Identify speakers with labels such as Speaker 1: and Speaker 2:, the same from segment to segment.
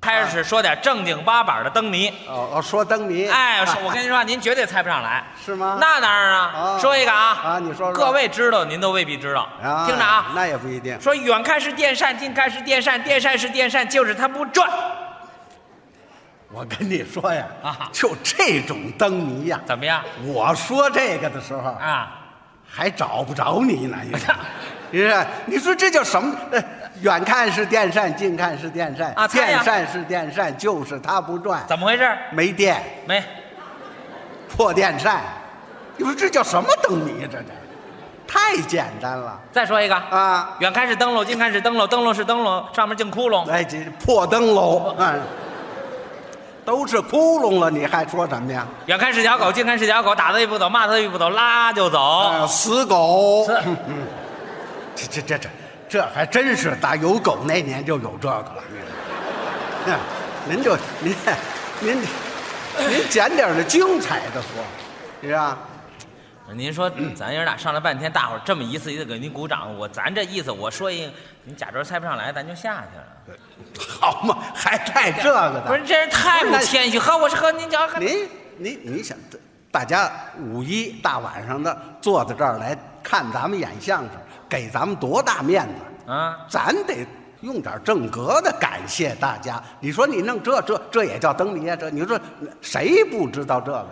Speaker 1: 开始说点正经八板的灯谜。
Speaker 2: 哦哦，说灯谜，啊
Speaker 1: 哎，是我跟您说，您绝对猜不上来。
Speaker 2: 是吗
Speaker 1: 那当然啊，
Speaker 2: 哦
Speaker 1: 说一个啊
Speaker 2: 啊你说说
Speaker 1: 各位知道，您都未必知道。听着啊，
Speaker 2: 那也不一定。
Speaker 1: 说远看是电扇，近看是电扇，电扇是电扇，就是它不转。
Speaker 2: 我跟你说呀，
Speaker 1: 啊
Speaker 2: 就这种灯谜呀，
Speaker 1: 怎么样
Speaker 2: 我说这个的时候
Speaker 1: 啊？
Speaker 2: 还找不着你 呢，你看，你说，你说这叫什么？呃远看是电扇，近看是电扇，
Speaker 1: 啊猜呀
Speaker 2: 电扇是电扇，就是它不转，
Speaker 1: 怎么回事？
Speaker 2: 没电，
Speaker 1: 没，
Speaker 2: 破电扇，你说这叫什么灯谜？啊这这太简单了
Speaker 1: 再说一个啊
Speaker 2: 啊！
Speaker 1: 远看是灯笼，近看是灯笼，灯笼是灯笼，上面净窟窿。
Speaker 2: 哎，这破灯笼啊，都是窟窿了，你还说什么呀？
Speaker 1: 远看是条狗，近看是条狗，打它一步走，骂它一步走，拉就走。
Speaker 2: 啊，死狗
Speaker 1: 是，
Speaker 2: 嗯嗯 这这这这这还真是打有狗那年就有这个了。您嗯您就您您您捡点儿那精彩的说，是吧？
Speaker 1: 您 说咱爷俩上来半天，大伙儿这么一次一次给您鼓掌，我咱这意思，我说一，您假装猜不上来，咱就下去了。
Speaker 2: 好嘛，还带这个的？
Speaker 1: 不是，这人太不
Speaker 2: 不是那
Speaker 1: 谦虚。和我是和您讲，和
Speaker 2: 您您你想，大家五一大晚上的坐到这儿来看咱们演相声，给咱们多大面子！
Speaker 1: 啊，
Speaker 2: 咱得用点正格的感谢大家。你说你弄这这这也叫灯谜啊？这你说谁不知道这个？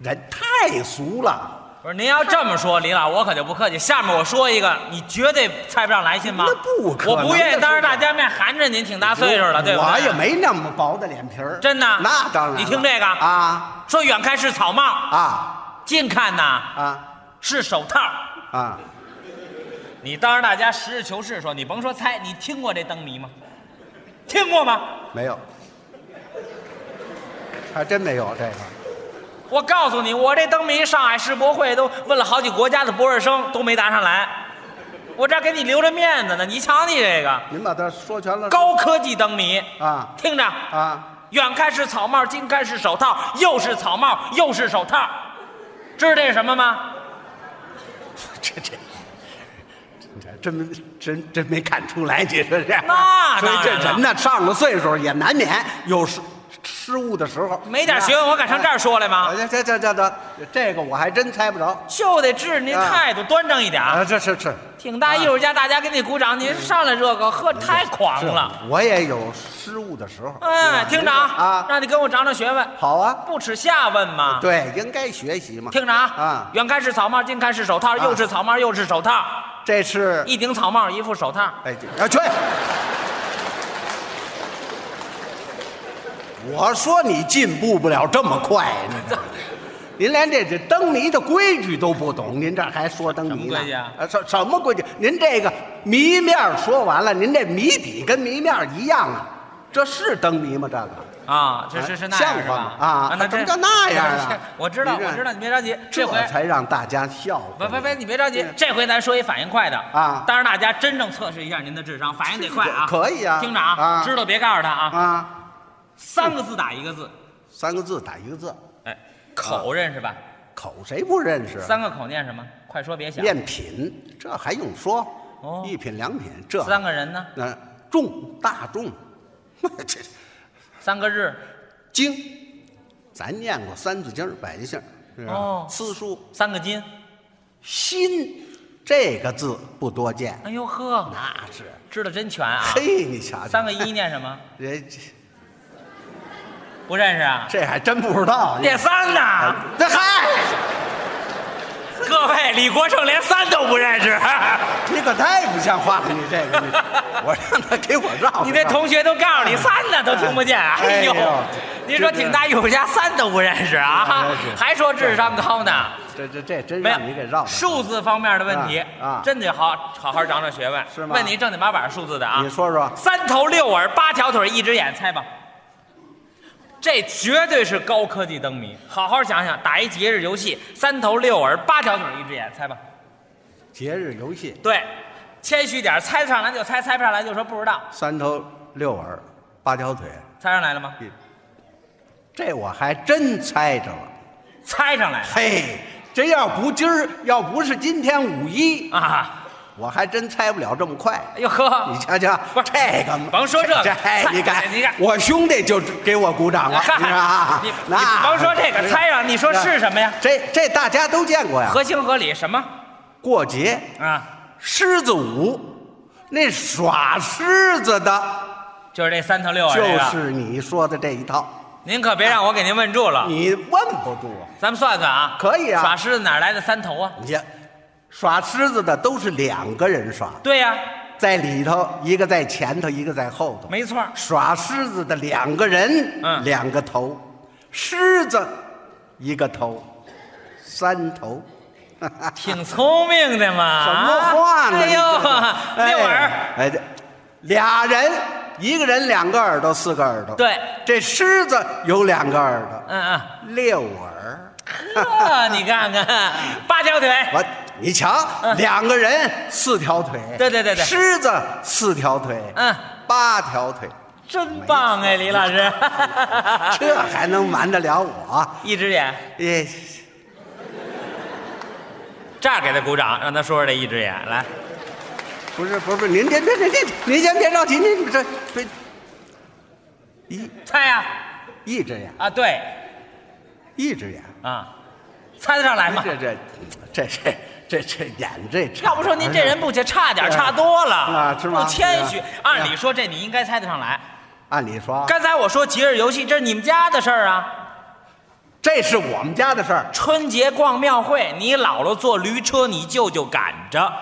Speaker 2: 人太俗了，
Speaker 1: 不是您要这么说，李老，我可就不客气。下面我说一个，你绝对猜不上来，信吗？
Speaker 2: 那不可能
Speaker 1: 我不愿意当着
Speaker 2: 那是
Speaker 1: 大家面含着您，挺大岁数了，对不对？
Speaker 2: 我也。没那么薄的脸皮儿，
Speaker 1: 真的
Speaker 2: 那当然了。
Speaker 1: 你听这个
Speaker 2: 啊
Speaker 1: 说远看是草帽，
Speaker 2: 啊
Speaker 1: 近看呐
Speaker 2: 啊
Speaker 1: 是手套。
Speaker 2: 啊！
Speaker 1: 你当着大家实事求是说，你甭说猜，你听过这灯谜吗？听过吗？
Speaker 2: 没有，还真没有这个。
Speaker 1: 我告诉你，我这灯谜上海世博会都问了好几国家的博士生都没答上来，我这儿给你留着面子呢。你瞧你这个
Speaker 2: 您把它说全了。
Speaker 1: 高科技灯谜，
Speaker 2: 啊
Speaker 1: 听着，
Speaker 2: 啊，
Speaker 1: 远看是草帽，近看是手套，又是草帽又是手套，知道这是什么吗？
Speaker 2: 这这这真没真真没看出来，你说这？
Speaker 1: 那
Speaker 2: 所以
Speaker 1: 当
Speaker 2: 这
Speaker 1: 然了
Speaker 2: 人呢，上了岁数也难免有失失误的时候。
Speaker 1: 没点学问，我敢上这儿说来吗
Speaker 2: 啊？？这这这这这这个我还真猜不着
Speaker 1: 就得治您
Speaker 2: 啊
Speaker 1: 态度端正一点啊。
Speaker 2: 啊！这是是
Speaker 1: 挺大艺术家，大家给你鼓掌，您上来这个，呵，太狂
Speaker 2: 是啊
Speaker 1: 了。，
Speaker 2: 我也有失误的时候。
Speaker 1: 哎，
Speaker 2: 是吧
Speaker 1: 听着啊
Speaker 2: 啊，，
Speaker 1: 让你跟我长长学问，
Speaker 2: 好啊，
Speaker 1: 不耻下问嘛。
Speaker 2: 对，应该学习嘛。
Speaker 1: 听着啊，
Speaker 2: 啊
Speaker 1: 远看是草帽，近看是手套，又是草帽又是手套，
Speaker 2: 这是
Speaker 1: 一顶草帽一副手套。
Speaker 2: 哎，这啊去！我说你进步不了这么快，你这您连这这灯谜的规矩都不懂，您这还说灯谜
Speaker 1: 什么
Speaker 2: 呢？
Speaker 1: 规矩啊
Speaker 2: 什什么规矩？您这个谜面说完了，您这谜底跟谜面一样啊，这是灯谜吗？这个
Speaker 1: 啊，这是是那
Speaker 2: 哎像
Speaker 1: 样是
Speaker 2: 话
Speaker 1: 吧
Speaker 2: 吗？啊
Speaker 1: 那
Speaker 2: 怎么
Speaker 1: 这
Speaker 2: 叫 那样啊
Speaker 1: 是是我知道，
Speaker 2: 你这
Speaker 1: 我知道，你别着急，这
Speaker 2: 这
Speaker 1: 回。
Speaker 2: 才让大家笑话。
Speaker 1: 别别别，你别着急
Speaker 2: 嗯，
Speaker 1: 这回咱说一反应快的
Speaker 2: 啊
Speaker 1: 当然，大家真正测试一下您的智商，反应得快啊！
Speaker 2: 可以啊
Speaker 1: 听着啊，
Speaker 2: 啊
Speaker 1: 知道别告诉他啊，
Speaker 2: 啊！
Speaker 1: 三个字打一个字，
Speaker 2: 三个字打一个字，
Speaker 1: 哎，
Speaker 2: 啊
Speaker 1: 口认识吧？
Speaker 2: 口谁不认识啊？
Speaker 1: 三个口念什么？快说别想。
Speaker 2: 面品，这还用说？
Speaker 1: 哦
Speaker 2: 一品两品，这
Speaker 1: 三个人呢？
Speaker 2: 那众大众， 这
Speaker 1: 三个日，
Speaker 2: 经，咱念过《三字经》《百家姓》，是吧？
Speaker 1: 哦
Speaker 2: 四书
Speaker 1: 三个金。
Speaker 2: 心这个字不多见，
Speaker 1: 哎呦呵，
Speaker 2: 那是
Speaker 1: 知道真全啊！
Speaker 2: 嘿，你瞧瞧，
Speaker 1: 三个一念什么？
Speaker 2: 人这
Speaker 1: 不认识啊？
Speaker 2: 这还真不知道。
Speaker 1: 这三呢？
Speaker 2: 这嗨，
Speaker 1: 各位，李国盛连三都不认识，
Speaker 2: 你可太不像话了，你这个，你 我让他给我绕。
Speaker 1: 你那
Speaker 2: 绕
Speaker 1: 同学都告诉你三呢都听不见。哎呦
Speaker 2: 哎呦，
Speaker 1: 您说挺大艺术家三都不认识啊
Speaker 2: 哎是，
Speaker 1: 还说智商高呢？
Speaker 2: 这这这真
Speaker 1: 没
Speaker 2: 让你给绕
Speaker 1: 有，
Speaker 2: 了
Speaker 1: 数字方面的问题
Speaker 2: 啊啊
Speaker 1: 真得好好好长长学问。
Speaker 2: 是吗
Speaker 1: 问你正经八板数字的啊
Speaker 2: 你。说说，
Speaker 1: 三头六耳八条腿一只眼，猜吧。这绝对是高科技灯谜，好好想想，打一节日游戏，三头六耳八条腿一只眼，猜吧。
Speaker 2: 节日游戏，
Speaker 1: 对，谦虚点儿，猜得上来就猜，猜不上来就说不知道。
Speaker 2: 三头六耳，八条腿。
Speaker 1: 猜上来了吗？
Speaker 2: 这我还真猜着了。
Speaker 1: 猜上来了
Speaker 2: 嘿，这要不今儿要不是今天五一，
Speaker 1: 啊！
Speaker 2: 我还真猜不了这么快。
Speaker 1: 哎呦呵，
Speaker 2: 你瞧瞧，
Speaker 1: 不是
Speaker 2: 这个，
Speaker 1: 甭说这个
Speaker 2: 这哎
Speaker 1: 猜
Speaker 2: 你看，
Speaker 1: 你看
Speaker 2: 我兄弟就给我鼓掌了，
Speaker 1: 嗨
Speaker 2: 你看啊，
Speaker 1: 你
Speaker 2: 那
Speaker 1: 你甭说这个猜啊你说是什么呀？
Speaker 2: 这这大家都见过呀，
Speaker 1: 合情合理什么
Speaker 2: 过节
Speaker 1: 啊？
Speaker 2: 狮子舞，那耍狮子的
Speaker 1: 就是这三头六耳这
Speaker 2: 就
Speaker 1: 个，
Speaker 2: 是你说的这一套，
Speaker 1: 您可别让我给您问住了。
Speaker 2: 你问不住啊。
Speaker 1: 咱们算算啊，
Speaker 2: 可以啊
Speaker 1: 耍狮子哪来的三头啊？
Speaker 2: 你耍狮子的都是两个人耍，
Speaker 1: 对呀、
Speaker 2: 在里头一个在前头，一个在后头。
Speaker 1: 没错 儿。
Speaker 2: 耍狮子的两个人，
Speaker 1: 嗯
Speaker 2: 两个头，狮子一个头，三头。
Speaker 1: 挺聪明的嘛。
Speaker 2: 什么话呢？
Speaker 1: 哎呦，
Speaker 2: 那
Speaker 1: 六耳，
Speaker 2: 哎，这俩人，一个人两个耳朵，四个耳朵。，
Speaker 1: 对，
Speaker 2: 这狮子有两个耳朵，
Speaker 1: 嗯嗯，
Speaker 2: 六耳。
Speaker 1: 呵，你看看，八条腿，
Speaker 2: 我，你瞧，两个人四条腿。
Speaker 1: 嗯对对对对
Speaker 2: 狮子四条腿，
Speaker 1: 嗯，
Speaker 2: 八条腿，
Speaker 1: 真棒哎，李老师， 啊
Speaker 2: 这还能瞒得了我？
Speaker 1: 一只眼，
Speaker 2: 哎，
Speaker 1: 这儿给他鼓掌，让他说说这一只眼来。
Speaker 2: 不是不是，不是，您别别别，您您先别着急，您这别一
Speaker 1: 猜呀、
Speaker 2: 一只眼，
Speaker 1: 啊，对
Speaker 2: 一只眼。
Speaker 1: 啊，猜得上来吗？
Speaker 2: 这这这这这这眼这
Speaker 1: 要不说您这人不缺，差点儿差多了
Speaker 2: 啊是吗
Speaker 1: 不谦虚
Speaker 2: 是啊，
Speaker 1: 按理说这你应该猜得上来。
Speaker 2: 按理说
Speaker 1: 刚才我说节日游戏，这是你们家的事儿啊。
Speaker 2: 这是我们家的事儿，
Speaker 1: 春节逛庙会，你姥姥坐驴车，你舅舅赶着。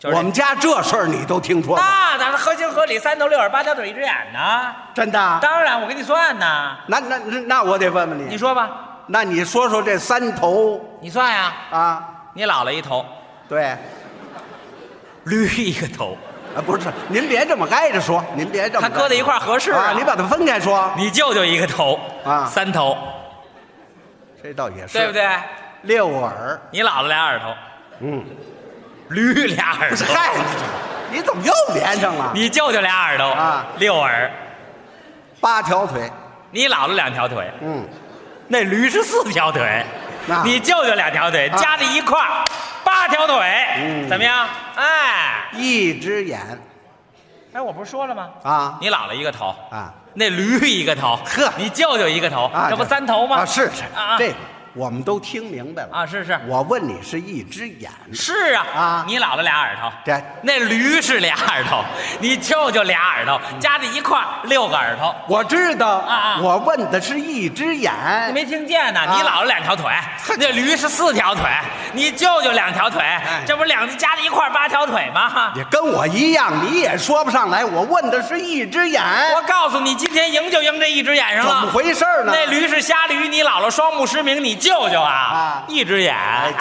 Speaker 1: 就是这
Speaker 2: 我们家这事儿你都听说过？
Speaker 1: 那当然合情合理，三头六耳八条腿一只眼呢。
Speaker 2: 真的啊？
Speaker 1: 当然，我给你算呢。
Speaker 2: 那那那那我得问问
Speaker 1: 你
Speaker 2: 你，
Speaker 1: 说吧，
Speaker 2: 那你说说这三头
Speaker 1: 你算呀。
Speaker 2: 啊？
Speaker 1: 你姥姥一头，
Speaker 2: 对，
Speaker 1: 驴一个头，
Speaker 2: 啊不是，您别这么挨着说，您别这么挨着说。
Speaker 1: 它搁在一块儿合适啊
Speaker 2: 啊？你把它分开说，
Speaker 1: 你舅舅一个头
Speaker 2: 啊
Speaker 1: 三头，
Speaker 2: 这倒也是，
Speaker 1: 对不？对？
Speaker 2: 六耳，
Speaker 1: 你姥姥俩耳朵，
Speaker 2: 嗯，
Speaker 1: 驴俩耳
Speaker 2: 不 是，
Speaker 1: 朵，
Speaker 2: 嗨，你这你怎么又连上了？
Speaker 1: 你舅舅俩耳朵
Speaker 2: 啊
Speaker 1: 六耳，
Speaker 2: 八条腿，
Speaker 1: 你姥姥两条腿，
Speaker 2: 嗯，
Speaker 1: 那驴是四条腿
Speaker 2: 那，
Speaker 1: 你舅舅两条腿
Speaker 2: 啊
Speaker 1: 加在一块儿八条腿，
Speaker 2: 嗯
Speaker 1: 怎么样？哎，
Speaker 2: 一只眼
Speaker 1: 哎，我不是说了吗？
Speaker 2: 啊
Speaker 1: 你姥姥一个头，
Speaker 2: 啊。
Speaker 1: 那驴一个头，
Speaker 2: 呵
Speaker 1: 你舅舅一个头，
Speaker 2: 啊，
Speaker 1: 这不三头吗？
Speaker 2: 啊，是是
Speaker 1: 啊，
Speaker 2: 这个我们都听明白了
Speaker 1: 啊是是
Speaker 2: 我问你是一只眼，
Speaker 1: 是啊，
Speaker 2: 啊
Speaker 1: 你姥姥俩耳朵，
Speaker 2: 对
Speaker 1: 那驴是俩耳朵，你舅舅俩耳朵，加在一块儿六个耳朵，
Speaker 2: 我知道
Speaker 1: 啊啊
Speaker 2: 我问的是一只眼，
Speaker 1: 你没听见
Speaker 2: 啊
Speaker 1: 呢？你姥姥两条腿，那驴是四条腿，你舅舅两条腿，
Speaker 2: 哎
Speaker 1: 这不两加在一块儿八条腿吗？
Speaker 2: 也跟我一样，你也说不上来。我问的是一只眼，
Speaker 1: 我告诉你，今天赢就赢这一只眼上
Speaker 2: 哎怎
Speaker 1: 了。
Speaker 2: 么回事呢？
Speaker 1: 那驴是瞎驴，你姥姥双目失明，你舅舅啊，
Speaker 2: 啊
Speaker 1: 一只眼。
Speaker 2: 哎，